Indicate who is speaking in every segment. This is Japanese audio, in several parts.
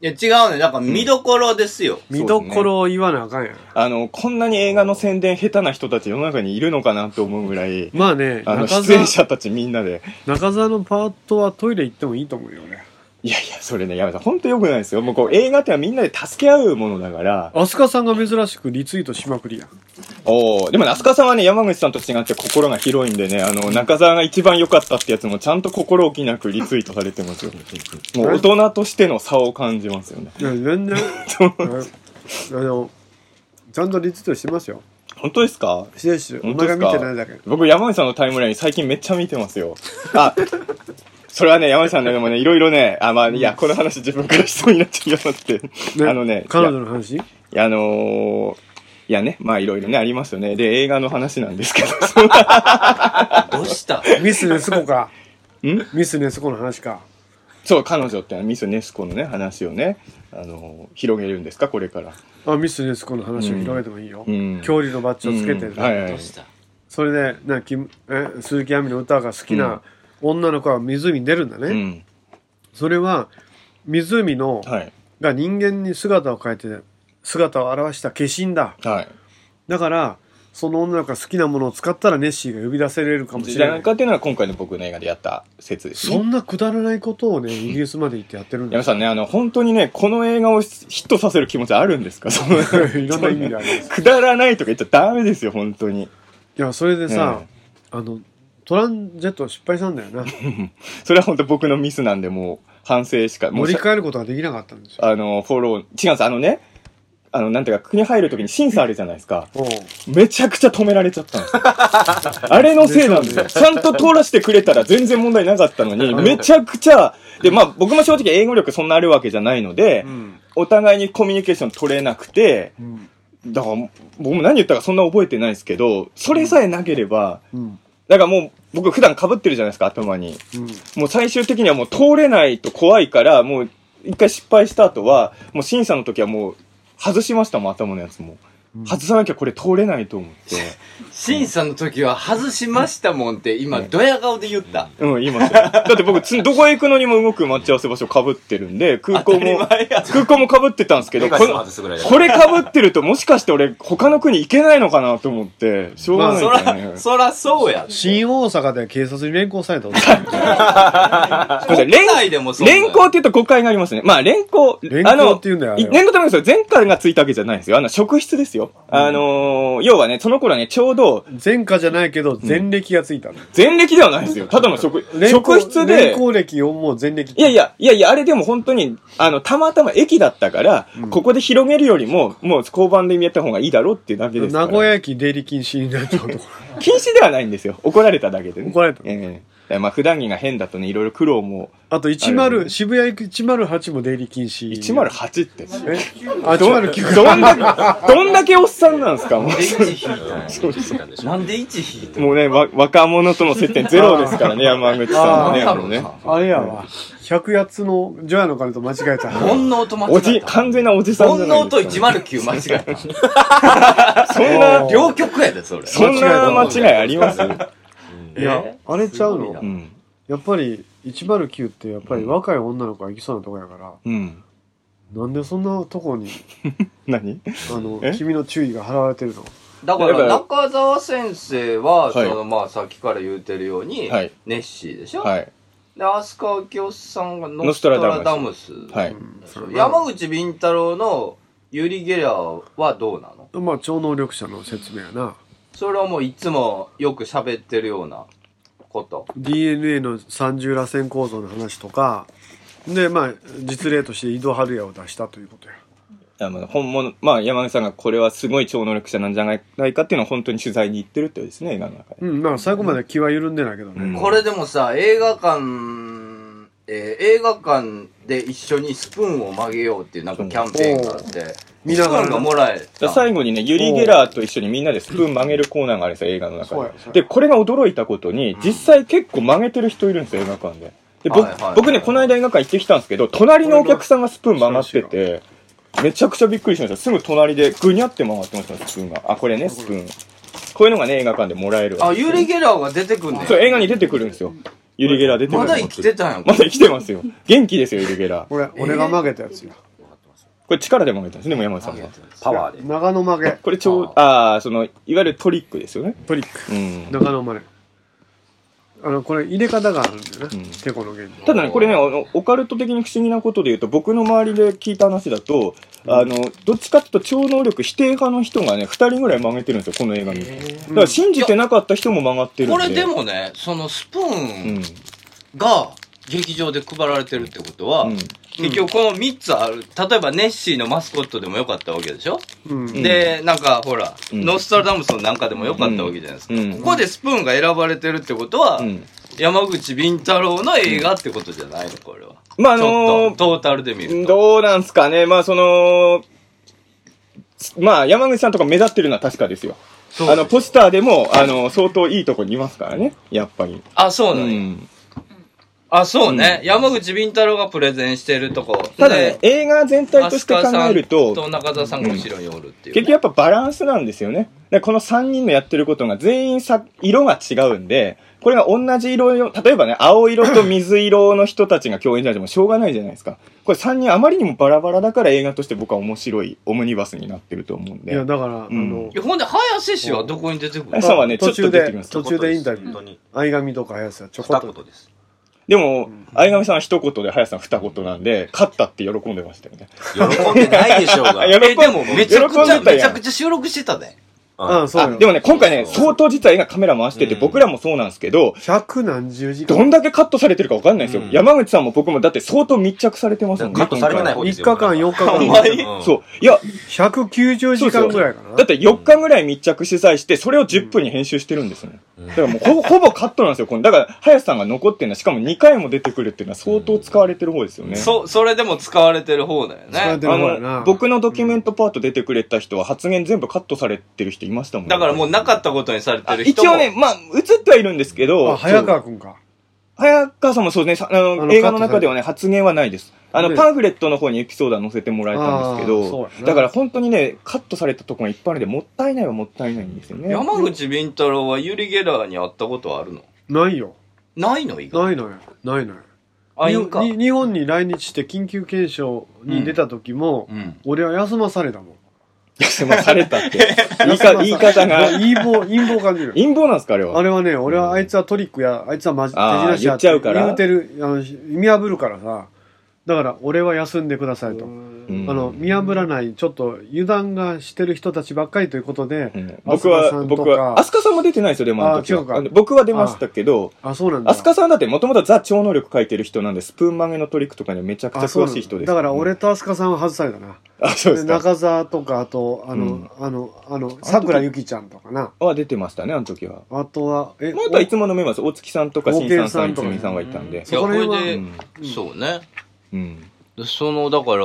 Speaker 1: や、違うね。だから見どころですよ。
Speaker 2: 見どころを言わなあかんやん。
Speaker 3: あの、こんなに映画の宣伝下手な人たち世の中にいるのかなと思うぐらい、
Speaker 2: まあね、
Speaker 3: あの、
Speaker 2: 中
Speaker 3: 出演
Speaker 2: 澤、
Speaker 3: 者たちみんなで、
Speaker 2: 中澤のパートはトイレ行ってもいいと思うよ、俺。
Speaker 3: いやいや、それね、やめた。本当良くないですよ。もうこう、映画ってのはみんなで助け合うものだから、
Speaker 2: 飛鳥さんが珍しくリツイートしまくりやん。
Speaker 3: おおでもね、飛鳥さんはね、山口さんと違って心が広いんでね、あの、中澤が一番良かったってやつもちゃんと心置きなくリツイートされてます よ。もう大人としての差を感じますよね。
Speaker 2: いや、 全然。あの、ちゃんとリツイートしてますよ。
Speaker 3: 本当ですか
Speaker 2: してるしてるお
Speaker 3: 本当で
Speaker 2: 前が
Speaker 3: すか
Speaker 2: 見てないだけ。
Speaker 3: 僕、山口さんのタイムライン最近めっちゃ見てますよ。あ、それはね、山口さんのでもね、いろいろね、あ、まあ、いや、この話自分からしそうになっちゃいますって。あのね、
Speaker 2: 彼女の話
Speaker 3: いや、あのーいやね、まあいろいろね、ありますよね。で、映画の話なんですけ ど、
Speaker 1: どう した
Speaker 2: ミスネスコか。
Speaker 3: ん
Speaker 2: ミスネスコの話か。
Speaker 3: そう、彼女ってあのミス・ネスコのね、話をね、あのー広げるんですか、これから。
Speaker 2: あ、ミスネスコの話を広げてもいいよ。
Speaker 3: うん
Speaker 2: 恐竜のバッジをつけて
Speaker 3: う
Speaker 2: る
Speaker 3: ん。はいはい
Speaker 1: どうした
Speaker 2: それで、なキムえ鈴木亜美の歌が好きな女の子は湖に出るんだね。
Speaker 3: うん。
Speaker 2: それは、湖の、
Speaker 3: はい。
Speaker 2: が人間に姿を変えて、姿を表した化身だ。
Speaker 3: はい。
Speaker 2: だから、その女の子が好きなものを使ったらネッシーが呼び出せれるかもし
Speaker 3: 時
Speaker 2: れ
Speaker 3: 代
Speaker 2: な
Speaker 3: なん
Speaker 2: い。
Speaker 3: かっていうのは今回の僕の映画でやった説です、
Speaker 2: そ
Speaker 3: ね。
Speaker 2: んなくだらないことをね、イギリスまで行ってやってるん
Speaker 3: 山
Speaker 2: だよ
Speaker 3: 口。さんね、あの、本当にね、この映画をヒットさせる気持ちあるんですかそ の
Speaker 2: いろんな意味であります。
Speaker 3: くだらないとか言っちゃダメですよ、本当に。
Speaker 2: いや、それでさ、あの、トランジェット失敗したんだよな。
Speaker 3: それは本当僕のミスなんで、もう反省しか、も
Speaker 2: 乗
Speaker 3: う
Speaker 2: り
Speaker 3: しゃ
Speaker 2: 換えることができなかったんですよ。
Speaker 3: あの、フォロー、違うんです、あのね、あの、なんていうか、国入るときに審査あるじゃないですか。
Speaker 2: おう
Speaker 3: めちゃくちゃ止められちゃったんですよ。 あれのせいなんですよ。ちゃんと通らせてくれたら全然問題なかったの に、めちゃくちゃ、で、まあ僕も正直英語力そんなあるわけじゃないので、
Speaker 2: うん。
Speaker 3: お互いにコミュニケーション取れなくて、
Speaker 2: うん。
Speaker 3: だから僕も何言ったかそんな覚えてないですけど、それさえなければ、
Speaker 2: うん。
Speaker 3: だからもう僕普段被ってるじゃないですか、頭に。
Speaker 2: うん。
Speaker 3: もう最終的にはもう通れないと怖いから、もう一回失敗した後は、もう審査の時はもう外しましたもん、頭のやつも。外さなきゃこれ通れないと思って。
Speaker 1: 審査の時は外しましたもんって、今、ドヤ顔で言った。
Speaker 3: うん、言いましたよ。だって僕つ、どこへ行くのにも動く待ち合わせ場所被ってるんで、空港も
Speaker 1: 当、たり前や
Speaker 3: 空港も被ってたんですけど、
Speaker 4: メ
Speaker 3: こ
Speaker 4: ガネも
Speaker 3: の
Speaker 4: 外すぐらいだから
Speaker 3: これ被ってるともしかして俺他の国行けないのかなと思って、しょうがない
Speaker 1: そ
Speaker 3: からね。
Speaker 1: ら、そらそうや。
Speaker 2: 新大阪で警察に連行された男
Speaker 1: 国
Speaker 3: ごめんなさい
Speaker 1: 内でもそうだよ
Speaker 3: 連行って言うと誤解がありますね。まあ、連行。
Speaker 2: 連行って言うんだよ
Speaker 3: あ
Speaker 2: あ
Speaker 3: の
Speaker 2: れ
Speaker 3: い
Speaker 2: は
Speaker 3: 連行ってもですよ。前回がついたわけじゃないですよ。あの、職質ですよ。あのー要はね、その頃はね、ちょうど、
Speaker 2: 前科じゃないけど、前歴がついたの。
Speaker 3: 前歴ではないですよ。ただの職、
Speaker 2: 連行
Speaker 3: 職質で
Speaker 2: 連、行歴をもう前歴。
Speaker 3: いやいや、いやいや、あれでも本当に、あの、たまたま駅だったから、ここで広げるよりも、もう交番で見えた方がいいだろうっていうだけですから。
Speaker 2: 名古屋駅出入り禁止になっ た男。
Speaker 3: 禁止ではないんですよ。怒られただけでね。
Speaker 2: 怒られた
Speaker 3: ええまあ、普段着が変だとね、いろいろ苦労も。
Speaker 2: あと
Speaker 3: あれ
Speaker 2: 10、渋谷駅108も出入り禁止。
Speaker 3: 108って。
Speaker 2: えあ、109か。
Speaker 3: どんだけ、どんだけおっさんなんですかもう。
Speaker 4: そうそうなんでしょ
Speaker 1: なんで1引いた
Speaker 3: もうね、わ、若者との接点ゼロですからね、山口さんもね。
Speaker 1: あー
Speaker 3: あのね。
Speaker 2: あれやわ。100やつのジョヤの金と間違えた。
Speaker 1: 煩悩と間
Speaker 3: お
Speaker 1: 違え
Speaker 3: じ、
Speaker 1: た。
Speaker 3: 完全なおじさん
Speaker 1: 煩
Speaker 3: じゃない
Speaker 1: 悩と
Speaker 3: ですか。
Speaker 1: 109間違えた。
Speaker 3: そんな、
Speaker 1: 両極やで、それ。
Speaker 3: そんな間違いあります
Speaker 2: いや、あれちゃう
Speaker 1: すごいな
Speaker 2: の
Speaker 3: うん。
Speaker 2: やっぱり109ってやっぱり若い女の子が行きそうなとこやから、
Speaker 3: うん。
Speaker 2: なんでそんなとこに、
Speaker 3: 何
Speaker 2: あの
Speaker 3: え、
Speaker 2: 君の注意が払われてるの
Speaker 1: だか
Speaker 3: だからら
Speaker 1: 中澤先生は、そ
Speaker 3: はい
Speaker 1: のまあさっきから言うてるように、
Speaker 3: はい
Speaker 1: ネッシーでしょ、
Speaker 3: はい。
Speaker 1: で飛鳥清夫さんがノ
Speaker 3: ノ
Speaker 1: ス
Speaker 3: ス
Speaker 1: ト
Speaker 3: ト
Speaker 1: ラ
Speaker 3: ラ
Speaker 1: ダ
Speaker 3: ダ
Speaker 1: ムス
Speaker 3: はい。
Speaker 1: そう山口敏太郎のユリ・ゲラーはどうなの
Speaker 2: まあ、超能力者の説明やな。
Speaker 1: それはもういつもよく喋ってるようなこと
Speaker 2: DNA の三重螺旋構造の話とか、で、まあ、実例として井戸春也を出したということや。
Speaker 3: あまあ本物、まあ山口さんがこれはすごい超能力者なんじゃないかっていうのを本当に取材に行ってるってことですね、映画の中で。
Speaker 2: うん、まあ、最後まで気は緩んでないけどね。
Speaker 1: これでもさ映画館、えー映画館で一緒にスプーンを曲げようっていうなんかキャンペーンがあって
Speaker 2: 見ながら
Speaker 1: スプーンがもらえ
Speaker 3: だ
Speaker 1: た
Speaker 3: から最後にね、ユリ・ゲラーと一緒にみんなでスプーン曲げるコーナーがあるんですよ、映画の
Speaker 2: そ
Speaker 3: 中
Speaker 2: うやそうや
Speaker 3: で。で、これが驚いたことに、実際結構曲げてる人いるんですよ、映画館で。で、僕
Speaker 1: はいはいはい
Speaker 3: 僕ね、この間映画館行ってきたんですけど、隣のお客さんがスプーン曲がってて、めちゃくちゃびっくりしました。すぐ隣でぐにゃって回ってました、スプーンが。あ、これね、スプーン。こういうのがね、映画館でもらえるわ
Speaker 1: あ
Speaker 3: けです
Speaker 1: ユリ・ゲラーが出てくんねん
Speaker 3: そう、映画に出てくるんですよ。ユリ・ゲラー出てくる。
Speaker 1: まだ生きてたんや
Speaker 3: まだ生きてますよ。元気ですよ、ユリ・ゲラー。
Speaker 2: これ、俺が曲げたやつや。
Speaker 3: これ力で曲げたんですね、でも山内さんは。
Speaker 4: パワーで。
Speaker 2: 長野曲げ
Speaker 3: これ超、
Speaker 4: あ
Speaker 3: ああー、その、いわゆるトリックですよね。
Speaker 2: トリック
Speaker 3: うん。
Speaker 2: 長野曲げあのこれ入れ方があるんだよね、
Speaker 3: うん
Speaker 2: てこの原理
Speaker 3: ただね、これね、あの、オカルト的に不思議なことで言うと、僕の周りで聞いた話だと、あの、どっちかっていうと超能力否定派の人がね、二人ぐらい曲げてるんですよ、この映画見て。だから信じてなかった人も曲がってるんで。
Speaker 1: これで、もね、そのスプ
Speaker 3: う
Speaker 1: ーン
Speaker 3: ん。
Speaker 1: が劇場で配られてるってことは、
Speaker 3: うん
Speaker 1: 結局この3つある、例えばネッシーのマスコットでもよかったわけでしょ、
Speaker 2: うん
Speaker 3: ん
Speaker 1: で、なんかほら、
Speaker 3: うん
Speaker 1: ノストラダムスのなんかでもよかったわけじゃないですか。
Speaker 3: うん
Speaker 1: ここでスプーンが選ばれてるってことは、
Speaker 3: うん
Speaker 1: 山口敏太郎の映画ってことじゃないの、これは。
Speaker 3: まあ、あ
Speaker 1: ちょ
Speaker 3: の
Speaker 1: っと、トータルで見ると。
Speaker 3: どうなんすかね。まあ、その、まあ、山口さんとか目立ってるのは確かですよ。
Speaker 1: そう
Speaker 3: あの、ポスターでも、あの、相当いいとこにいますからね、やっぱり。
Speaker 1: あ、そう
Speaker 3: う
Speaker 1: なの、ね
Speaker 3: ん。
Speaker 1: あ、そうね、
Speaker 3: うん
Speaker 1: 山口敏太郎がプレゼンしてるとこ。
Speaker 3: ただね、映画全体として考え
Speaker 1: 飛鳥
Speaker 3: る
Speaker 1: さん
Speaker 3: と、
Speaker 1: と中澤さんが後ろにおるっていう、
Speaker 3: 結局やっぱバランスなんですよね。でこの3人のやってることが全員さ、色が違うんで、これが同じ色よ、例えばね、青色と水色の人たちが共演じゃなくてもしょうがないじゃないですか。これ3人あまりにもバラバラだから映画として僕は面白いオムニバスになってると思うん
Speaker 2: い
Speaker 3: で。
Speaker 2: やだから、
Speaker 3: ん
Speaker 2: あの
Speaker 1: いやほんで、早瀬氏はどこに出てくる
Speaker 3: 朝はね
Speaker 2: 途中
Speaker 3: ちょっと出て
Speaker 2: で
Speaker 3: きます
Speaker 2: 途中でインタビュ
Speaker 4: 本当
Speaker 2: ー
Speaker 4: に。
Speaker 2: 相上とか早瀬はちょこ
Speaker 4: 二
Speaker 2: っと
Speaker 4: 言です。
Speaker 3: でも、相上さんは一言で、林さんは二言なんで、勝ったって喜んでましたよね。
Speaker 4: 喜んでないでしょうが。
Speaker 3: 喜ん
Speaker 1: え、でも、めちゃく
Speaker 3: 喜ん
Speaker 1: ちゃ、
Speaker 3: でた
Speaker 1: めちゃ
Speaker 3: やん
Speaker 1: くちゃ収録してたね。
Speaker 2: ああそう
Speaker 3: あ
Speaker 2: よ
Speaker 3: でもね、今回ね、
Speaker 4: そう
Speaker 3: 相当実は映画カメラ回してて、
Speaker 1: うん
Speaker 3: 僕らもそうなんですけど、
Speaker 2: 百何十時
Speaker 3: ど
Speaker 2: 間
Speaker 3: んだけカットされてるか分かんないですよ。
Speaker 4: うん
Speaker 3: 山口さんも僕も、だって相当密着されてますもんね。
Speaker 4: カットされてない方
Speaker 2: 3
Speaker 4: です
Speaker 2: 日
Speaker 4: よ。
Speaker 2: 間4日
Speaker 1: ほん
Speaker 2: 間
Speaker 1: まに
Speaker 4: うん
Speaker 3: そう。いや、
Speaker 2: 190時間ぐらいかな
Speaker 3: だって4日ぐらい密着取材して、それを10分に編集してるんですよね。だからもうほ ぼ、ほぼカットなんですよ。このだから、林さんが残ってるのは、しかも2回も出てくるっていうのは相当使われてる方ですよね。
Speaker 1: そ、それでも使われてる方だよ
Speaker 2: 使われ
Speaker 1: ね
Speaker 2: て。る
Speaker 3: あ
Speaker 2: 方やな
Speaker 3: の、僕のドキュメントパート出てくれた人は発言全部カットされてる人いましたもんね
Speaker 1: だからもうなかったことにされて
Speaker 3: あ
Speaker 1: る人
Speaker 3: 一
Speaker 1: も。
Speaker 3: 応ね、まあ、映ってはいるんですけど、
Speaker 2: あ早
Speaker 3: そう
Speaker 2: 川君か
Speaker 3: 早川さんもそうですね、さあの
Speaker 2: あの
Speaker 3: 映画の中ではね、発言はないです。あの、
Speaker 2: ね
Speaker 3: パンフレットの方にエピソードは載せてもらえたんですけ
Speaker 2: あーそう
Speaker 3: ど
Speaker 2: や、な
Speaker 3: だから本当にね、カットされたとこがいっぱいあるんで、もったいないはもったいないんですよね。
Speaker 1: 山口敏太郎はユリ・ゲラーに会ったことはあるの
Speaker 2: ないよ
Speaker 1: ないの意外。
Speaker 2: ないのよないのよ
Speaker 1: あ、い
Speaker 2: に
Speaker 1: いんか。
Speaker 2: に日本に来日して緊急検証に出た時も、
Speaker 1: うん。
Speaker 2: 俺は休まされたもん
Speaker 3: 口もされた って。言いか言い方が。
Speaker 2: 陰謀陰謀感じる
Speaker 3: 陰謀なんですか、あれは。
Speaker 2: あれはね俺はあいつはトリックやあいつはマジ手
Speaker 3: あー
Speaker 2: 品師や
Speaker 3: 言っちゃうから
Speaker 2: 言うてるあの見破るからさだから俺は休んでくださいと、
Speaker 3: うん
Speaker 2: あの見破らないちょっと油断がしてる人たちばっかりということで、
Speaker 3: うん僕は、僕は、飛
Speaker 2: あ
Speaker 3: 鳥さんも出てないですよ、でもあの時は
Speaker 2: あ違うか
Speaker 3: あの僕は出ましたけど、
Speaker 2: あそうなんだ
Speaker 3: 飛鳥さんだってもともとザ超能力書いてる人なんで、スプーン曲げのトリックとかにはめちゃくちゃ
Speaker 2: あそう
Speaker 3: 詳
Speaker 2: なん
Speaker 3: しい人です。
Speaker 2: だから俺、と飛鳥さんは外されたな
Speaker 3: あ、そうで
Speaker 2: です
Speaker 3: か。
Speaker 2: 中澤とかあとあの、
Speaker 3: うん
Speaker 2: あのあのさくらゆきちゃんとかな
Speaker 3: は出てましたね、あの時は。
Speaker 2: あとはえ
Speaker 3: まあ、あとはいつものメンバーです。大月さんとか、
Speaker 2: 大
Speaker 3: 新
Speaker 2: 木
Speaker 3: さんさ
Speaker 2: さ
Speaker 3: ん、
Speaker 2: んと
Speaker 3: 一
Speaker 2: かね
Speaker 3: 海さんがいたんで
Speaker 1: い。や、
Speaker 2: そ
Speaker 1: こ
Speaker 2: こら
Speaker 1: れ
Speaker 2: 辺は
Speaker 1: で、
Speaker 2: ん
Speaker 1: そうね。
Speaker 3: うん。
Speaker 1: その、だから、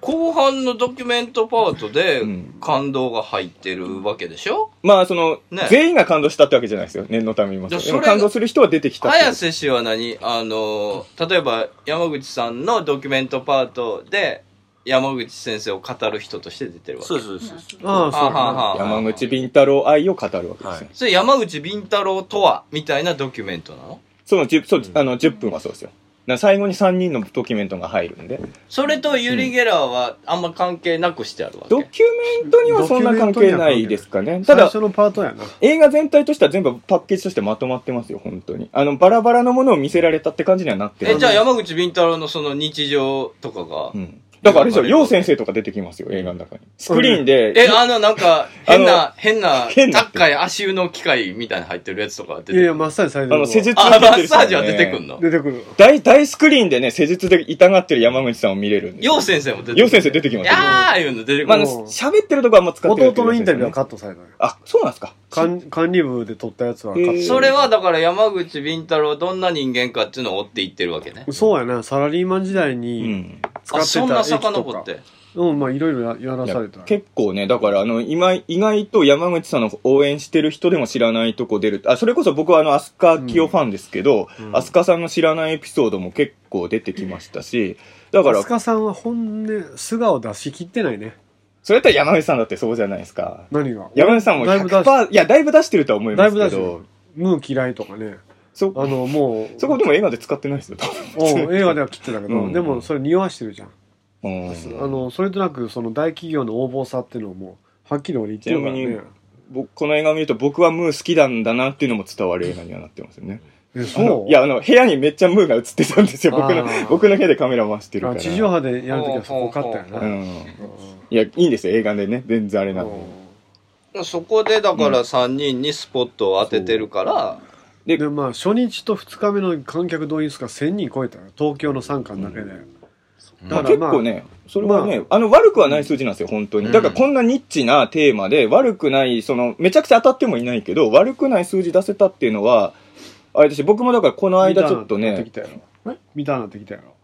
Speaker 1: 後半のドキュメントパートで
Speaker 3: うん
Speaker 1: 感動が入ってるわけでしょ、
Speaker 3: まあ、その、
Speaker 1: ね
Speaker 3: 全員が感動したってわけじゃないですよ。念のため言いま
Speaker 1: じ
Speaker 3: す
Speaker 1: ゃ
Speaker 3: け
Speaker 1: あそ
Speaker 3: ど。
Speaker 1: れ
Speaker 3: 感動する人は出てきたってこと
Speaker 1: 早瀬氏は何あの例えば山口さんのドキュメントパートで山口先生を語る人として出てるわけ
Speaker 4: そうそうそうそう。
Speaker 2: ああそう
Speaker 1: はあ
Speaker 2: だ
Speaker 1: はあはあ
Speaker 3: 山口敏太郎愛を語るわけです
Speaker 4: は
Speaker 3: よ
Speaker 4: い。
Speaker 1: それ山口敏太郎とはみたいなドキュメントなの
Speaker 3: その、じゅそうあの10分はそうですよ。だから最後に3人のドキュメントが入るんで。
Speaker 1: それとユリ・ゲラーはあんま関係なくしてあるわけ、
Speaker 3: ドキュメントにはそんな関係ないですかね。た
Speaker 2: 最
Speaker 3: だ、
Speaker 2: 初のパートやな
Speaker 3: 映画全体としては全部パッケージとしてまとまってますよ、本当に。あの、バラバラのものを見せられたって感じにはなってない
Speaker 1: えじゃあ山口敏太郎のその日常とかが、
Speaker 3: うん。だからあれですよ、楊先生とか出てきますよ、映画の中に。スクリーンで。
Speaker 1: えあのなんか変
Speaker 3: あ
Speaker 1: な変な
Speaker 3: 変な
Speaker 1: 高い足湯の機械みたいなの入ってるやつとか出てく
Speaker 2: いやい
Speaker 1: る
Speaker 2: やまっさに最初
Speaker 3: あの、施術
Speaker 1: あ
Speaker 3: が
Speaker 1: マ
Speaker 3: 出
Speaker 1: ッ
Speaker 3: てる人ね
Speaker 1: サージは出てくんの
Speaker 2: 出てくる
Speaker 3: 大、大スクリーンでね、施術で痛がってる山口さんを見れるんです
Speaker 1: 楊先生も出てくる
Speaker 3: 楊先生出てきます
Speaker 1: いや
Speaker 3: よ。
Speaker 1: ーいうの出てく
Speaker 3: まあ、あ
Speaker 1: る、
Speaker 3: の、喋ってるとこはあんま使ってない。
Speaker 2: 弟のインタビューはカットされたのよ
Speaker 3: あ、そうなんですか。
Speaker 2: 管管理部で撮ったやつはカッ
Speaker 3: へ
Speaker 2: ト
Speaker 3: ー
Speaker 1: それはだから山口敏太郎はどんな人間かっていうのを追っていってるわけね
Speaker 2: そうやなサラリーマン時代
Speaker 3: う
Speaker 2: に
Speaker 3: ん。
Speaker 2: 使
Speaker 1: あ
Speaker 2: って
Speaker 1: そん
Speaker 2: た
Speaker 1: な
Speaker 2: 駅とか、
Speaker 1: 遡って
Speaker 2: うんまあいろいろややら
Speaker 3: いや
Speaker 2: された
Speaker 3: 結構ね、だから、あの、今、意外と山口さんの応援してる人でも知らないとこ出る。あ、それこそ僕はあの、アスカキヨファンですけど、アスカさんの知らないエピソードも結構出てきましたし、だから
Speaker 2: 飛、鳥さんは本音素顔出し切ってないね
Speaker 3: それだったら山口さんだってそうじゃないですか。
Speaker 2: 何が
Speaker 3: 山口さんも
Speaker 2: だいぶ出し
Speaker 3: 100%、いや、だいぶ出してるとは思い
Speaker 2: だ
Speaker 3: ま
Speaker 2: い
Speaker 3: す
Speaker 2: ぶ出
Speaker 3: け
Speaker 2: してる
Speaker 3: ど、
Speaker 2: ムー嫌いとかね
Speaker 3: そ、
Speaker 2: あのもう
Speaker 3: そこでも映画で使ってないですよ、多分
Speaker 2: うん映画では切ってたけど、
Speaker 3: うん
Speaker 2: でもそれ匂わしてるじゃん
Speaker 3: うん
Speaker 2: あのそれとなくその大企業の横暴さっていうのもはっきり俺言ってるから
Speaker 3: ちなみ
Speaker 2: ね
Speaker 3: 僕この映画を見ると僕はムー好きなんだなっていうのも伝わる映画にはなってますよね。
Speaker 2: え
Speaker 3: あの
Speaker 2: そう
Speaker 3: いや、あの、部屋にめっちゃムーが映ってたんですよ。僕の
Speaker 2: あー、
Speaker 3: 僕の部屋でカメラ回してるか
Speaker 2: あ
Speaker 3: ら。
Speaker 2: 地上波でやるときはそこ勝ったよ
Speaker 3: う
Speaker 2: な、
Speaker 3: ん。いや、いいんですよ、映画でね。全然あれなんで。
Speaker 1: そこでだから3人にスポットを当ててるから、
Speaker 2: でまあ初日と2日目の観客動員数が1000人超えたよ東京の3巻だけで、
Speaker 3: まあ結構ね、それはね、
Speaker 2: ま
Speaker 3: あ、の、悪くはない数字なんですよ、本当に。だからこんなニッチなテーマで、悪くない、その、めちゃくちゃ当たってもいないけど、悪くない数字出せたっていうのは、あれだし、僕もだからこの
Speaker 2: 見
Speaker 3: 間
Speaker 2: たな
Speaker 3: ちょっと
Speaker 2: なって
Speaker 3: ね
Speaker 2: き、たやろ見たなってきたやろ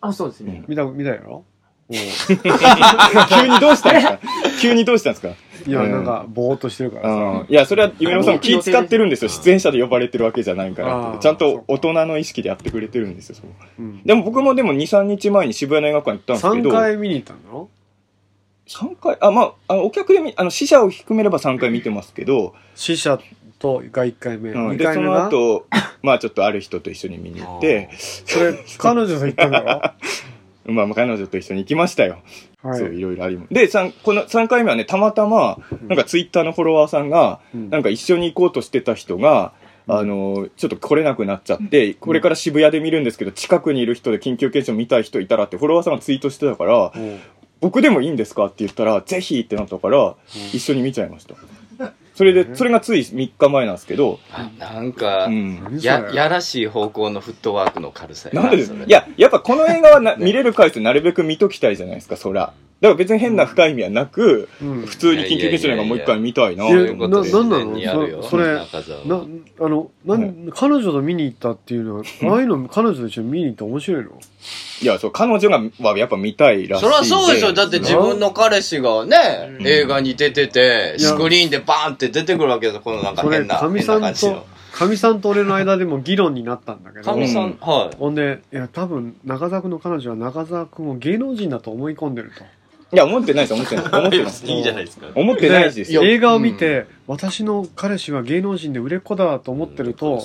Speaker 5: あ、そうですね。
Speaker 2: 見た見たや ろおう
Speaker 3: 急にどうしたんですか 急にどうしたんですか
Speaker 2: いや
Speaker 3: うん
Speaker 2: なんかぼーっとしてるからさ
Speaker 3: うんいや、それは、夢のさんも気使ってるんですよ。
Speaker 5: あの
Speaker 3: 出演者で呼ばれてるわけじゃないか
Speaker 2: あ
Speaker 3: らっ
Speaker 2: ー
Speaker 3: て。ちゃんと大人の意識でやってくれてるんですよ、そこ
Speaker 2: うん
Speaker 3: でも僕もでも2、3日前に渋谷の映画館行ったんですけ
Speaker 2: 3
Speaker 3: ど。
Speaker 2: 回見に行ったんだろ
Speaker 3: 三回あ、まあ、あの、お客で見、あの、死者を低めれば3回見てますけど、
Speaker 2: 死者とが1回目、
Speaker 3: うん
Speaker 2: 2
Speaker 3: で、
Speaker 2: 回
Speaker 3: そ
Speaker 2: 目
Speaker 3: の
Speaker 2: な
Speaker 3: 後、まあちょっとある人と一緒に見に行って、
Speaker 2: それ彼女と行ったん だろ
Speaker 3: まあまあ彼女と一緒に行きましたよ。
Speaker 2: は
Speaker 3: そう、
Speaker 2: い、
Speaker 3: いろいろありも。で、三この3回目はね、たまたま、なんかツイッターのフォロワーさんが、
Speaker 2: うん
Speaker 3: なんか一緒に行こうとしてた人が、あのちょっと来れなくなっちゃって、これから渋谷で見るんですけど、近くにいる人で緊急検証見たい人いたらって、フォロワーさんがツイートしてたから、
Speaker 2: おう
Speaker 3: 僕でもいいんですかって言ったら、ぜひってなったから、一緒に見ちゃいました。それで、それがつい3日前なんですけど、
Speaker 1: なんか、
Speaker 3: うん。
Speaker 2: 何それ
Speaker 1: ややらしい方向のフットワークの軽さや
Speaker 3: なんでです
Speaker 1: それ
Speaker 3: いや、やっぱこの映画はな見れる回数なるべく見ときたいじゃないですか、そら。だから別に変な深い意味はなく、
Speaker 2: うん
Speaker 3: 普通に緊急検証なんかもう一回見たいな。
Speaker 2: いやい
Speaker 1: そう
Speaker 2: や
Speaker 1: いうことで
Speaker 2: ななんなの
Speaker 1: 自然にやるよ
Speaker 2: そそれ
Speaker 1: 中澤は
Speaker 2: なあのなん、彼女と見に行ったっていうのはああいうの彼女と一緒に見に行って面白いの
Speaker 3: いや、そう、彼女が、はやっぱ見たいらしい
Speaker 1: そ
Speaker 3: ん。
Speaker 1: りゃそうでしょ。だって自分の彼氏がね、
Speaker 5: うん
Speaker 1: 映画に出てて、
Speaker 2: いや
Speaker 1: スクリーンでバーンって出てくるわけですよ。このなんか
Speaker 2: それ
Speaker 1: 変な、
Speaker 2: かみ
Speaker 1: 変
Speaker 2: さ
Speaker 1: なん感じ
Speaker 2: と
Speaker 1: の。
Speaker 2: かみさんと俺の間でも議論になったんだけ
Speaker 1: か
Speaker 2: ど
Speaker 1: みさん、は
Speaker 2: ほんでいや多分中澤君の彼女は中澤君を芸能人だと思い込んでると
Speaker 3: いや、思ってないです、思ってない。思ってない。
Speaker 4: いいじゃないですか。
Speaker 3: 思ってないですよ。
Speaker 2: 映画を見て、私の彼氏は芸能人で売れっ子だと思ってると、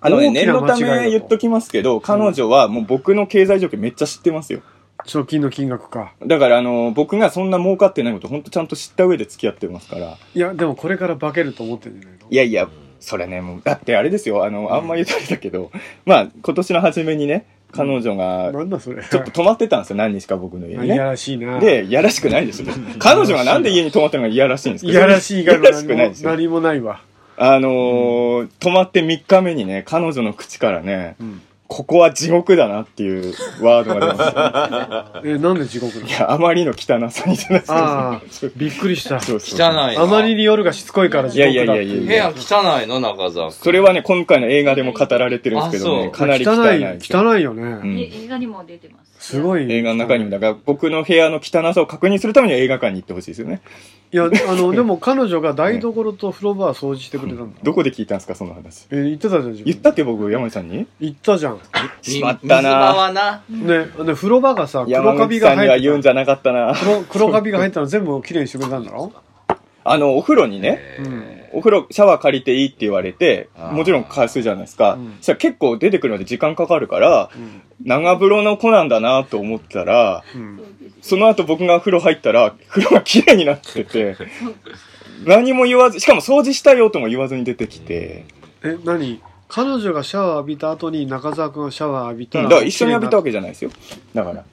Speaker 3: あのね、
Speaker 2: 大き
Speaker 3: 念
Speaker 2: な間違い
Speaker 3: の
Speaker 2: だ
Speaker 3: た
Speaker 2: と
Speaker 3: め言っときますけど、彼女はもう僕の経済状況めっちゃ知ってますよ。
Speaker 2: 貯金の金額か
Speaker 3: だから、あの、僕がそんな儲かってないこと、ほんとちゃんと知った上で付き合ってますから。
Speaker 2: いやでもこれから化けると思ってるんじゃないの
Speaker 3: いやいや、それね、もう、だってあれですよ、あの、あんま言うとあれだけど、まあ、今年の初めにね、彼女が、
Speaker 2: なんだそれ
Speaker 3: ちょっと泊まってたんですよ、何日か僕の家に
Speaker 2: いや
Speaker 3: ね。
Speaker 2: らしいな
Speaker 3: で、いやらしく ないですよ。彼女がなんで家に泊まったのがいやらしいんですか
Speaker 2: いやらしい以外
Speaker 3: い
Speaker 2: の
Speaker 3: やらしくないで
Speaker 2: 何も
Speaker 3: すよ。
Speaker 2: 何もないわ
Speaker 3: あのー泊まって3日目にね、彼女の口からね、
Speaker 2: ん
Speaker 3: ここは地獄だなっていうワードが出ました。
Speaker 2: えなんで地獄 ないの
Speaker 3: や、あまりの汚さにじゃないですか。
Speaker 2: ああびっくりした
Speaker 3: そう
Speaker 1: い。
Speaker 3: そう
Speaker 1: 汚いな。
Speaker 2: あまりに夜がしつこいから地獄だっ
Speaker 3: い
Speaker 2: て
Speaker 3: やいやいやい
Speaker 1: 部
Speaker 3: や
Speaker 1: 屋汚いの、中澤君。
Speaker 3: それはね、今回の映画でも語られてるんですけど
Speaker 1: あそ
Speaker 3: ね、
Speaker 1: う
Speaker 3: かなり汚いですよ。
Speaker 2: 汚い汚いよね、
Speaker 3: うん
Speaker 6: え映画にも出てます。
Speaker 2: すごい
Speaker 3: 映画の中にも、だから僕の部屋の汚さを確認するためには映画館に行ってほしいですよね。
Speaker 2: いや あのでも彼女が台所と風呂場は掃除してくれたんだ、
Speaker 3: どこで聞いたんですか、その話。
Speaker 2: え言ってたじゃん自分
Speaker 3: 言ったっけ、僕、山内さんに
Speaker 2: 言ったじゃん
Speaker 1: 水
Speaker 3: しまった
Speaker 1: 場
Speaker 3: な
Speaker 1: はな。
Speaker 2: ねで風呂場がさ黒
Speaker 3: 山
Speaker 2: カビ
Speaker 3: 内さ
Speaker 2: が
Speaker 3: んには
Speaker 2: 入
Speaker 3: 言う
Speaker 2: っ
Speaker 3: ん
Speaker 2: て
Speaker 3: じゃなかったな
Speaker 2: た。黒黒カビが入ったの全部きれいにしてくれたんだろ、
Speaker 3: あの、お風呂にね、
Speaker 2: うん、
Speaker 3: お風呂、シャワー借りていいって言われて、
Speaker 1: あー
Speaker 3: もちろん貸すじゃないですか。
Speaker 2: うん
Speaker 3: そしたら結構出てくるまで時間かかるから、
Speaker 2: ん
Speaker 3: 長風呂の子なんだなと思ったら、
Speaker 2: うん
Speaker 3: その後僕が風呂入ったら、風呂が綺麗になってて、何も言わず、しかも掃除したよとも言わずに出てきて、
Speaker 2: え何彼女がシャワー浴びた後に中澤君がシャワー浴びた
Speaker 3: だ
Speaker 2: ら、
Speaker 3: から一緒に浴びたわけじゃないですよ。だから。
Speaker 2: い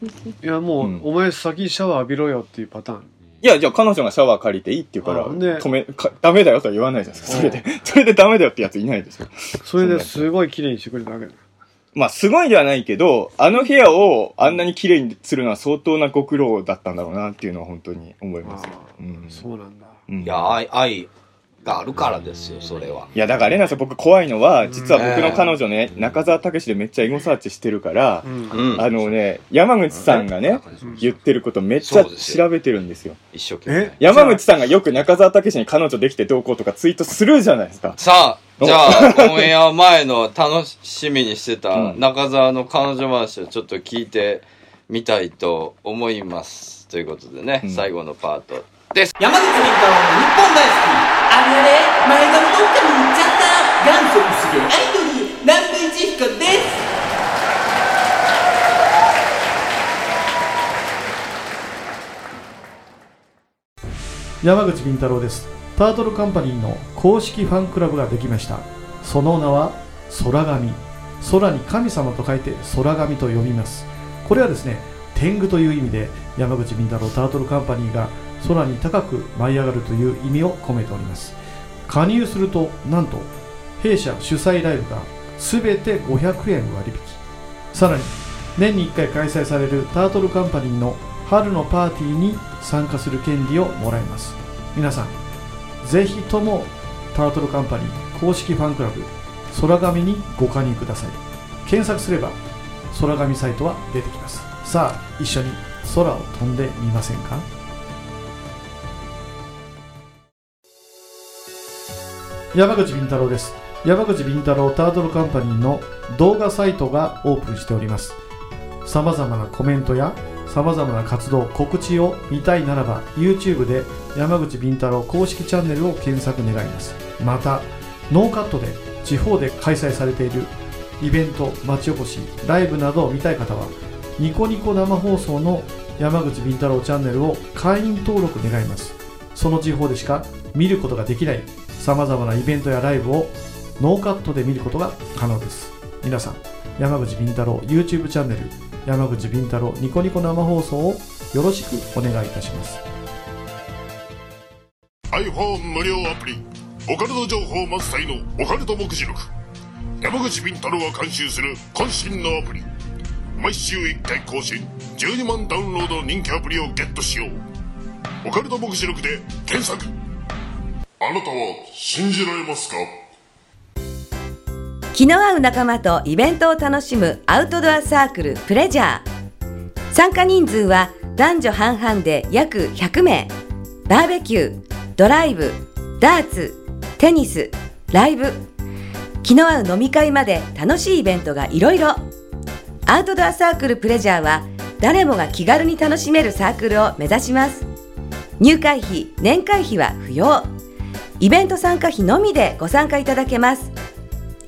Speaker 2: やもう、
Speaker 3: うん
Speaker 2: お前先シャワー浴びろよっていうパターン
Speaker 3: いや、じゃあ彼女がシャワー借りていいって言うから、
Speaker 2: あね
Speaker 3: 止め、かダメだよとは言わないじゃないですか。それで、 それでダメだよってやついないですよ。
Speaker 2: それですごいきれいにしてくれたわけだ
Speaker 3: まあ、すごいではないけど、あの部屋をあんなに綺麗にするのは相当なご苦労だったんだろうなっていうのは本当に思いますよ。うん。
Speaker 2: そうなんだ
Speaker 3: うん
Speaker 1: いや、愛、愛があるからですよ、それは。
Speaker 3: いや、だから、レナさん、僕怖いのは、実は僕の彼女ね、中澤武史でめっちゃエゴサーチしてるから
Speaker 2: う、ん
Speaker 1: うん。
Speaker 3: あのね、山口さんがね、言ってることめっちゃ調べてるんですよ。
Speaker 1: 一生懸命
Speaker 2: え。
Speaker 3: 山口さんがよく中澤武史に彼女できてどうこうとかツイートするじゃないですか。
Speaker 1: さあ、じゃあ、オンエア前の楽しみにしてた
Speaker 3: うん
Speaker 1: 中澤の彼女話をちょっと聞いてみたいと思います。ということでね、
Speaker 3: うん
Speaker 1: 最後のパートです。
Speaker 5: 山口み太郎の日本大好きあれあれ前髪どっかに行っちゃった元祖薄毛アイドル南部一彦です
Speaker 6: 山口敏太郎ですタートルカンパニーの公式ファンクラブができましたその名は空神空に神様と書いて空神と呼びますこれはですね天狗という意味で山口敏太郎タートルカンパニーが空に高く舞い上がるという意味を込めております加入するとなんと弊社主催ライブが全て500円割引さらに年に1回開催されるタートルカンパニーの春のパーティーに参加する権利をもらいます皆さんぜひともタートルカンパニー公式ファンクラブ空紙にご加入ください検索すれば空紙サイトは出てきますさあ一緒に空を飛んでみませんか山口敏太郎です山口敏太郎タートルカンパニーの動画サイトがオープンしておりますさまざまなコメントやさまざまな活動告知を見たいならば YouTube で山口敏太郎公式チャンネルを検索願いますまたノーカットで地方で開催されているイベント町おこしライブなどを見たい方はニコニコ生放送の山口敏太郎チャンネルを会員登録願いますその地方でしか見ることができないさまざまなイベントやライブをノーカットで見ることが可能です皆さん山口敏太郎 YouTube チャンネル山口敏太郎ニコニコ生放送をよろしくお願いいたします。
Speaker 7: iPhone 無料アプリオカルト情報満載のオカルト目次録山口敏太郎が監修する渾身のアプリ毎週1回更新12万ダウンロードの人気アプリをゲットしようオカルト目次録で検索あなたは信じられますか
Speaker 8: 気の合う仲間とイベントを楽しむアウトドアサークルプレジャー参加人数は男女半々で約100名バーベキュードライブダーツテニスライブ気の合う飲み会まで楽しいイベントがいろいろアウトドアサークルプレジャーは誰もが気軽に楽しめるサークルを目指します入会費年会費は不要イベント参加費のみでご参加いただけます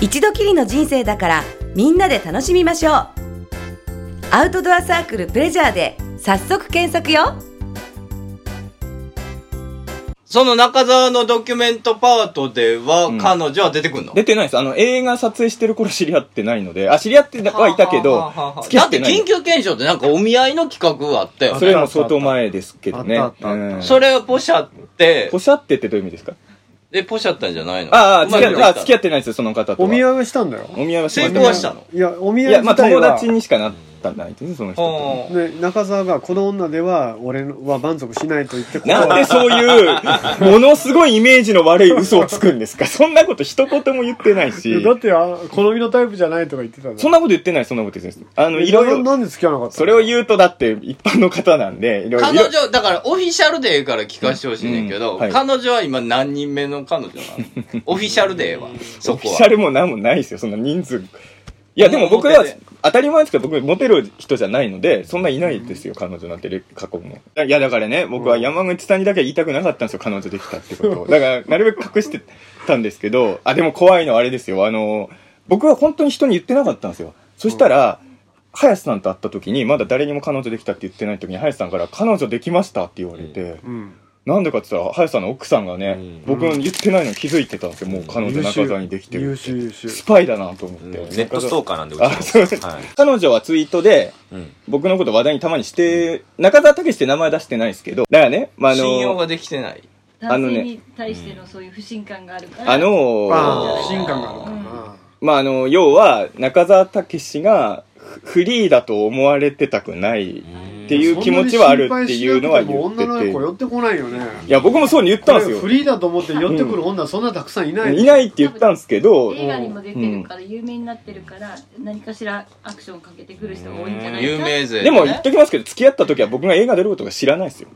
Speaker 8: 一度きりの人生だからみんなで楽しみましょうアウトドアサークルプレジャーで早速検索よ
Speaker 1: その中澤のドキュメントパートでは、
Speaker 3: ん
Speaker 1: 彼女は出てくんの
Speaker 3: 出てないです。あの、映画撮影してる頃知り合ってないので、あ、知り合ってはいたけど
Speaker 1: はあはあはあ、
Speaker 3: 付き合
Speaker 1: だ
Speaker 3: っ
Speaker 1: ってて
Speaker 3: ない
Speaker 1: 緊。急検証ってなんかお見合いの企画があったよ
Speaker 3: そ
Speaker 1: ね。
Speaker 3: れも相当前ですけどね。
Speaker 2: あったあったあった
Speaker 3: うん
Speaker 1: それをポシャって
Speaker 3: ポ、シャってってどういう意味ですか
Speaker 1: で、ポシャったんじゃないの
Speaker 3: ああ、付き合って、あ付き合
Speaker 1: っ
Speaker 3: ってないですよ、その方とは。
Speaker 2: お見合いはしたんだよ
Speaker 3: お見合いはしま
Speaker 1: 成
Speaker 3: し
Speaker 1: 功は
Speaker 3: た
Speaker 1: したの
Speaker 2: いやお見
Speaker 3: い
Speaker 2: 合い
Speaker 3: や、まあ
Speaker 2: 自体
Speaker 3: 友
Speaker 2: は
Speaker 3: 達にしかなったんないですね、その人と。
Speaker 1: うん
Speaker 2: で中澤がこの女では俺は満足しないと言ってここ
Speaker 3: なんで
Speaker 2: は
Speaker 3: そういう、ものすごいイメージの悪い嘘をつくんですか そんなこと一言も言ってないし。
Speaker 2: だってあ好みのタイプじゃないとか言ってたんだ
Speaker 3: そんなこと言ってない、そんなこと言ってない。あの、いろい
Speaker 2: な
Speaker 3: ろ、
Speaker 2: なんで付き合わなかった
Speaker 3: それを言うとだって一般の方なんで、いろいろ。
Speaker 1: 彼女、だからオフィシャルでええから聞かせてほしいねんけ
Speaker 3: う
Speaker 1: ど、
Speaker 3: んはい
Speaker 1: 彼女は今何人目の彼女な のオフィシャルでええわ。そ
Speaker 3: オフ
Speaker 1: こ
Speaker 3: ィ
Speaker 1: は。
Speaker 3: シャルもなんもないですよ、そんな人数。いや、でも僕は
Speaker 1: モテて、
Speaker 3: 当たり前ですけど、僕、モテる人じゃないので、そんないないですよ、彼女なんて、過去も。いや、だからね、僕は山口さんにだけは言いたくなかったんですよ、彼女できたって ことを。だから、なるべく隠してたんですけど、あ、でも怖いのはあれですよ、あの、僕は本当に人に言ってなかったんですよ。そしたら、林さんと会った時に、まだ誰にも彼女できたって言ってない時に、林さんから、彼女できましたって言われて、
Speaker 2: うん
Speaker 3: なんでかって言ったら、林さんの奥さんがね、僕の言ってないの気づいてたんですよ。もう彼女中澤にできてる
Speaker 2: 優
Speaker 3: って。
Speaker 2: 秀優秀
Speaker 3: スパイだなと思って。
Speaker 4: ネットストーカーなんで、うち
Speaker 3: あそう
Speaker 4: は。はい。
Speaker 3: 彼女はツイートで、
Speaker 4: うん
Speaker 3: 僕のこと話題にたまにして、中澤武史って名前出してないですけど、だからね、まあ、あ
Speaker 1: 信用
Speaker 3: の、
Speaker 1: ができてない。
Speaker 3: あのね
Speaker 9: 男性に対してのそういう不信感があるから、
Speaker 3: あのー
Speaker 2: ああ不信感があるからな
Speaker 3: まあ、あの、要は、中澤武史がフフリーだと思われてたくないっていう気持ちはあるっていうのは言って
Speaker 2: そんなに心配しなくても女の子
Speaker 3: て。
Speaker 2: 寄ってこないよね
Speaker 3: いや、僕もそう言っ
Speaker 2: こ
Speaker 3: たん
Speaker 2: れ
Speaker 3: ですよ
Speaker 2: フ。リーだと思って寄ってくる女そんなたくさんいない
Speaker 3: いないって言ったんですけど、
Speaker 9: 映画にも出てるから有名になってるから、何かしらアクションかけてくる人が多いんじゃないか
Speaker 1: 有名税、ね。
Speaker 3: でも言っときますけど、付き合った時は僕が映画出ることが知らないですよ。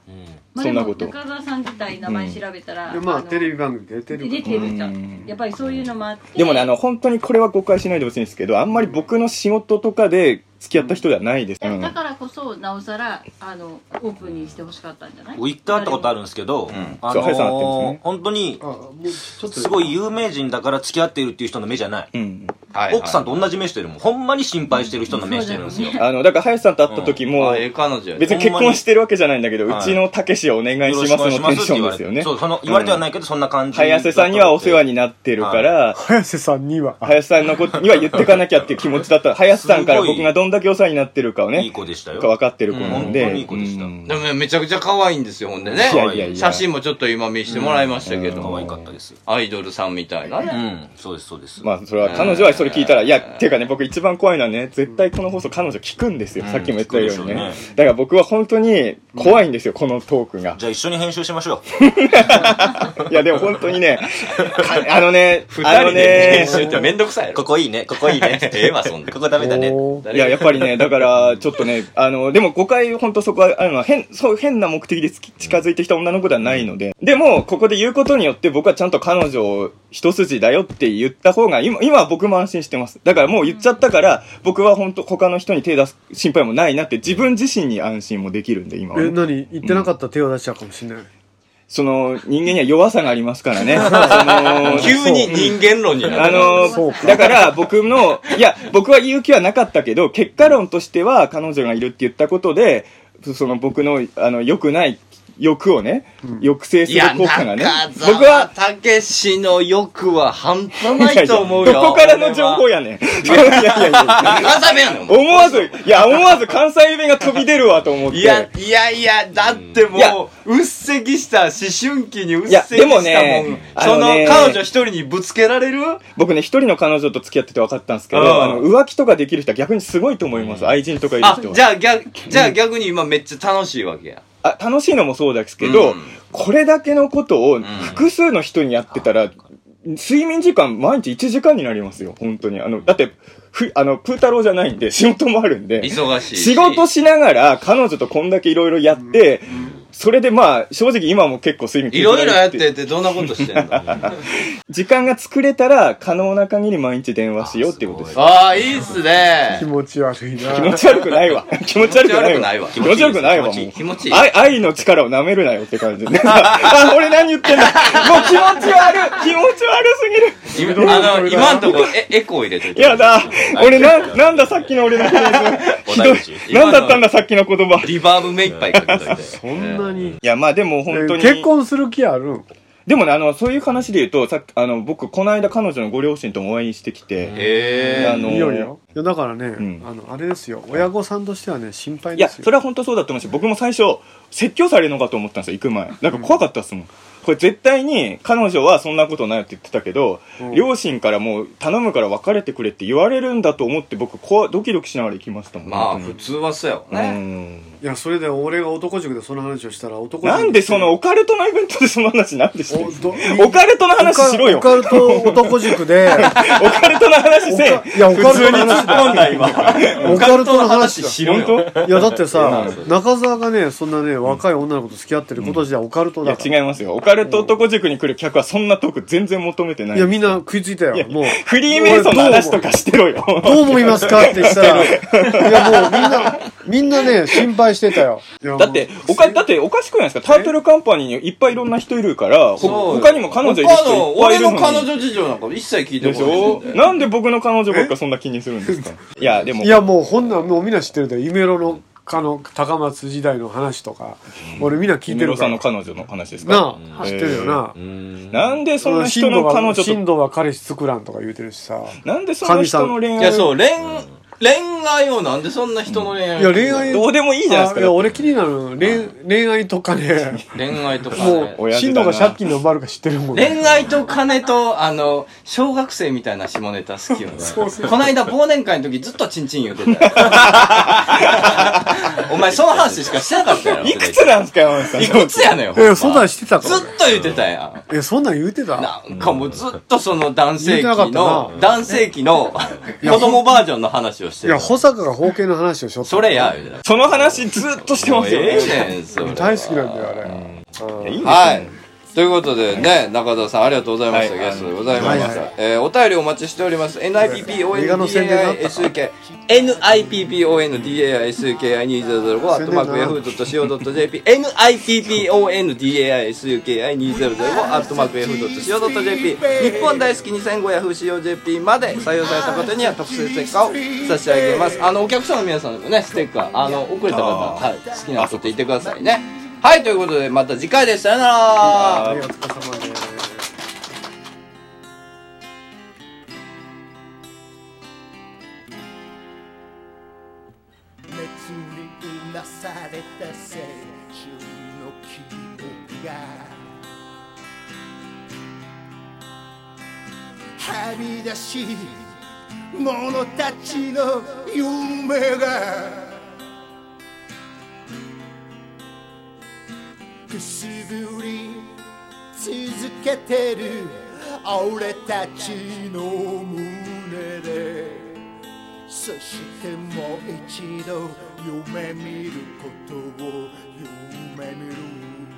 Speaker 9: まあ
Speaker 3: そんな
Speaker 9: でも
Speaker 3: こと
Speaker 9: 中澤さん自体名前調べたら、
Speaker 2: でまあ
Speaker 9: の
Speaker 2: テレビ番組出てるから
Speaker 9: 出てるじゃ
Speaker 3: うん
Speaker 9: んやっぱりそういうのもあって
Speaker 3: でもね、あの、本当にこれは誤解しないでほしいんですけど、あんまり僕の仕事とかで付き合った人ではないです。う
Speaker 9: だ
Speaker 3: ん
Speaker 9: だからこそなおさらあのオープンにしてほしかったんじゃない
Speaker 4: 僕一回会ったことあるんですけど、あ
Speaker 3: そう林さ
Speaker 4: の
Speaker 3: ん会ってるんですね
Speaker 4: ー、本当に
Speaker 2: あもうちょっと
Speaker 4: すごい有名人だから付き合っているっていう人の目じゃない。
Speaker 3: うん。
Speaker 1: はい
Speaker 4: 奥さんと同じ目してるもん。ほんまに心配してる人の目してるんですよ。
Speaker 3: あの、だから、林さんと会った時も
Speaker 1: あ、ええ彼女やね
Speaker 3: 別に結婚してるわけじゃないんだけど、
Speaker 4: ほん
Speaker 3: う
Speaker 4: まに
Speaker 3: ちのたけしをお願いしますのテンションですよね。。
Speaker 4: そう、その、言われてはないいけど、そんな感じ。
Speaker 3: 林さんにはお世話になってるから、
Speaker 2: 早瀬さんには
Speaker 3: 林さんのことには言ってかなきゃっていう気持ちだった。林さんから僕がどんだけお世話になってるかをね、
Speaker 4: いい子でしたよ。
Speaker 3: 分かってる子なんで。
Speaker 4: うんいい子でした
Speaker 3: うん
Speaker 1: でもねめちゃくちゃ可愛いんですよ、ほんでね
Speaker 3: いやいやい。や
Speaker 1: 写真もちょっと今見してもらいましたけ
Speaker 4: 可愛
Speaker 1: ど、
Speaker 4: かったです。
Speaker 1: アイドルさんみたいな
Speaker 4: う
Speaker 1: ね。
Speaker 4: ん、そうです、そうです。
Speaker 3: まあ、それは彼女はそれ聞いたら、いや、っていうかね、僕一番怖いのはね、絶対この放送彼女聞くんですよ。
Speaker 4: うん
Speaker 3: さっきも言ったようにね。
Speaker 4: 聞くでしょうね
Speaker 3: だから僕は本当に怖いんですよ、このトークが。
Speaker 4: じゃあ一緒に編集しましょ
Speaker 3: いや、でも本当にね、 かあのね、あの
Speaker 1: 練
Speaker 3: ね、
Speaker 1: 習ってめんどくさいや
Speaker 4: う。
Speaker 1: ろ
Speaker 4: こ。こいいね、ここいいね。
Speaker 1: ええわそんな
Speaker 4: ここダメだね。
Speaker 2: おー
Speaker 3: いや、やっぱり ね、だから、ちょっとね、あの、でも誤解、本当そこは、あの、変、そう、変な目的でつき近づいてきた女の子ではないので、でも、ここで言うことによって、僕はちゃんと彼女を一筋だよって言った方が、今、今は僕も安心してます。だからもう言っちゃったから、僕は本当他の人に手出す心配もないなって、自分自身に安心もできるんで、今はね、
Speaker 2: え何言ってなかったら手を出しちゃうかもしれない、
Speaker 3: その、人間には弱さがあります からね。その
Speaker 1: 急に人間論にな
Speaker 3: あ
Speaker 1: る。
Speaker 3: の
Speaker 2: そう
Speaker 3: ー、だから僕の、いや、僕は言う気はなかったけど、結果論としては彼女がいるって言ったことで、その僕の、あの、良くない欲をね、抑制す
Speaker 1: い
Speaker 3: る
Speaker 1: や、
Speaker 3: 効果がね
Speaker 1: 中、
Speaker 3: 僕
Speaker 1: 澤
Speaker 3: は、
Speaker 1: たけしの欲は半端
Speaker 3: い
Speaker 1: な
Speaker 3: や
Speaker 1: い
Speaker 3: いや
Speaker 1: と思うよ。
Speaker 3: どこからの情報やねん。いやいやいや
Speaker 1: 俺
Speaker 3: いや。
Speaker 1: は関西弁やねんお前
Speaker 3: 思わず、いや、思わず関西弁が飛び出るわと思って。
Speaker 1: いや、いやいや、だって
Speaker 3: いや
Speaker 1: もう、うっせきした、思春期にうっせきした
Speaker 3: いやで
Speaker 1: も
Speaker 3: も
Speaker 1: ん。
Speaker 3: ね
Speaker 1: その、
Speaker 3: あのね
Speaker 1: 彼女一人にぶつけられる
Speaker 3: 僕ね、一人の彼女と付き合ってて分かったんですけ
Speaker 1: う
Speaker 3: ど、
Speaker 1: ん
Speaker 3: あの、浮気とかできる人は逆にすごいと思います。愛人とかいる
Speaker 1: あ
Speaker 3: 人、は
Speaker 1: じ。ゃあ逆、じゃあ逆に今めっちゃ楽しいわけや。
Speaker 3: あ楽しいのもそうですけど、
Speaker 1: うん
Speaker 3: これだけのことを複数の人にやってたら、睡眠時間毎日1時間になりますよ、本当に。あの、だって、ふ、あの、プー太郎じゃないんで、仕事もあるんで、
Speaker 1: 忙しいし。
Speaker 3: 仕事しながら彼女とこんだけいろいろやって、それでまあ、正直今も結構睡眠
Speaker 1: いろいろやって
Speaker 3: 削られ
Speaker 1: てどんなことしてん の
Speaker 3: 時間が作れたら、可能な限り毎日電話しようっていうことです。
Speaker 1: ああ、いいっすね
Speaker 2: 気。持ち悪いな
Speaker 3: 気持ち悪くないわ。気持ち悪くないわ。
Speaker 1: 気
Speaker 3: 気
Speaker 1: 持
Speaker 3: 持
Speaker 1: ち
Speaker 3: ち
Speaker 1: 悪
Speaker 3: 悪
Speaker 1: く
Speaker 3: く
Speaker 1: な
Speaker 3: ないい
Speaker 1: わ気持
Speaker 3: わ、もう
Speaker 1: ちいい気持ちいい。
Speaker 3: 愛愛の力を舐めるなよって感じ で。あ、俺何言ってんだもう気持ち悪い気持ち悪すぎる
Speaker 1: あの、今んとこエエコー入れといて。
Speaker 3: やだ俺な、なんださっきの俺のフレーズ。ひどい。なんだったんださっきの言葉。い
Speaker 1: リバーブ目いっぱいかけといて。
Speaker 2: そんなに、
Speaker 3: や、まあでも本当に。
Speaker 2: え結婚する気あるん
Speaker 3: でもね、あの、そういう話で言うと、さっき、あの、僕、この間彼女のご両親ともお会いしてきて、
Speaker 1: え
Speaker 3: あの
Speaker 2: いいよいいよいやだからね、
Speaker 3: ん
Speaker 2: あのあれですよ親御さんとしてはね心配
Speaker 3: い
Speaker 2: で
Speaker 3: や、
Speaker 2: すよ
Speaker 3: それは本当そうだと思うし、僕も最初、説教されるのかと思ったんですよ、行く前。なんか怖かったっすもん。これ絶対に彼女はそんなことないよって言ってたけど、
Speaker 2: うん
Speaker 3: 両親からもう頼むから別れてくれって言われるんだと思って僕怖ドキドキしながら行きましたもん
Speaker 1: まあ、
Speaker 3: 本
Speaker 1: 普通はそうやわ
Speaker 3: 当に
Speaker 1: ね。
Speaker 3: うん
Speaker 2: いやそれで俺が男塾でその話をしたら男塾
Speaker 3: なんでそのオカルトのイベントでその話なんでしてんの
Speaker 2: おど
Speaker 3: オカルトの話しろよ
Speaker 2: オ
Speaker 3: オ
Speaker 2: カ
Speaker 3: カ
Speaker 2: ルト男塾 で
Speaker 3: ルトの話せえ
Speaker 2: いやオカルトの話だ
Speaker 1: 今度今。
Speaker 2: オカルトの話だ
Speaker 1: しろよ。
Speaker 2: いやだってさ中澤がねそんなね若い女の子と付き合ってること自体はオカルト
Speaker 3: い
Speaker 2: だ
Speaker 3: や
Speaker 2: から、
Speaker 3: 違いますよオカルト男塾に来る客はそんなトーク全然求めてない
Speaker 2: いやみんな食いついたよもう
Speaker 3: フリーメイソンの話とかしてろよ
Speaker 2: どう思いますかってしたら、いやもうみんな、みんなね、心配してたよ。いやもう
Speaker 3: だって、おか、だっておかしくないですかタートルカンパニーにいっぱいいろんな人いるから、
Speaker 1: そうよ
Speaker 3: ほ他にも彼女いる
Speaker 1: 他の
Speaker 3: 人いっぱいい
Speaker 1: 俺
Speaker 3: るの
Speaker 1: の
Speaker 3: に。
Speaker 1: 彼女事情なんか一切聞いて
Speaker 3: でしょ
Speaker 1: こない。
Speaker 3: なんで僕の彼女ばっかそんな気にするんですかいや、でも
Speaker 2: い、やもうほんなんもうみんな知ってるで、イメロの、かの、高松時代の話とか、俺みんな聞
Speaker 3: キ
Speaker 2: い
Speaker 3: メ
Speaker 2: てる
Speaker 3: ロ
Speaker 2: か
Speaker 3: さん
Speaker 2: ら。
Speaker 3: の彼女の話ですか
Speaker 2: なあ、知ってるよな。
Speaker 3: なんでそんな人
Speaker 2: 進
Speaker 3: の
Speaker 2: 藤
Speaker 3: 彼
Speaker 2: が、
Speaker 3: 女
Speaker 2: 進
Speaker 3: と、
Speaker 2: 藤は彼氏作らんとか言うてるしさ。
Speaker 3: なんでその人の
Speaker 1: い
Speaker 3: 恋
Speaker 1: や、
Speaker 3: 愛
Speaker 1: そ
Speaker 3: を
Speaker 1: う、恋、恋愛をなんでそんな人の恋愛
Speaker 2: いや恋愛
Speaker 3: どうでもいいじゃないです
Speaker 2: あ
Speaker 3: か
Speaker 2: いや、。俺気になるの恋恋愛とかね、
Speaker 1: 恋愛とかね。
Speaker 2: もう、
Speaker 3: 親父
Speaker 2: 進
Speaker 3: だ
Speaker 2: 藤
Speaker 3: な
Speaker 2: が借金のバルか知ってるもんね。
Speaker 1: 恋愛と金と、あの、小学生みたいな下ネタ好きよね。この間忘年会の時ずっとチンチン言うてたよ。お前その話しかしてなかったよ。
Speaker 3: いくつなんですか山口さん
Speaker 1: いくつやねんよ。ほん
Speaker 2: え、
Speaker 1: ま
Speaker 2: そんなんしてたか
Speaker 1: ずっと言ってたやん。
Speaker 2: え、そんなん言うてた
Speaker 1: なんかもうずっとその男性期
Speaker 2: 言うてなかった
Speaker 1: の、男性期の子供バージョンの話をし
Speaker 2: い
Speaker 1: てる
Speaker 2: や、。保坂が包茎の話をしょってた
Speaker 1: それや、言うて
Speaker 3: その話ずっとして
Speaker 1: た。
Speaker 3: ますよ
Speaker 1: え
Speaker 3: ね。
Speaker 1: えねん、それは。
Speaker 2: 大好きなんだよ、あれ。
Speaker 3: いやいいですよ
Speaker 1: はい。ということでね、中田さんありがとうございました、
Speaker 3: はい
Speaker 1: ゲストでございました、
Speaker 2: はいはい
Speaker 1: えーお便りお待ちしております
Speaker 2: 映画の宣伝だった
Speaker 1: NIPPONDAISUK NIPPONDAISUKI2005 アットマーク F.CO.JP NIPPONDAISUKI2005 アットマーク F.CO.JP 日本大好き2005 F.CO.JP まで採用された方には特製ステッカーを差し上げますあのお客さんの皆さんにもねステッカーあの遅れた方、はい、好きなの取っていってくださいねはいということでまた次回ですさよなら
Speaker 2: はいお疲れ様です
Speaker 5: 熱にうなされた青春の記憶がはみ出し者たちの夢がくすぶり続けてる俺たちの胸でそしてもう一度夢見ることを夢見る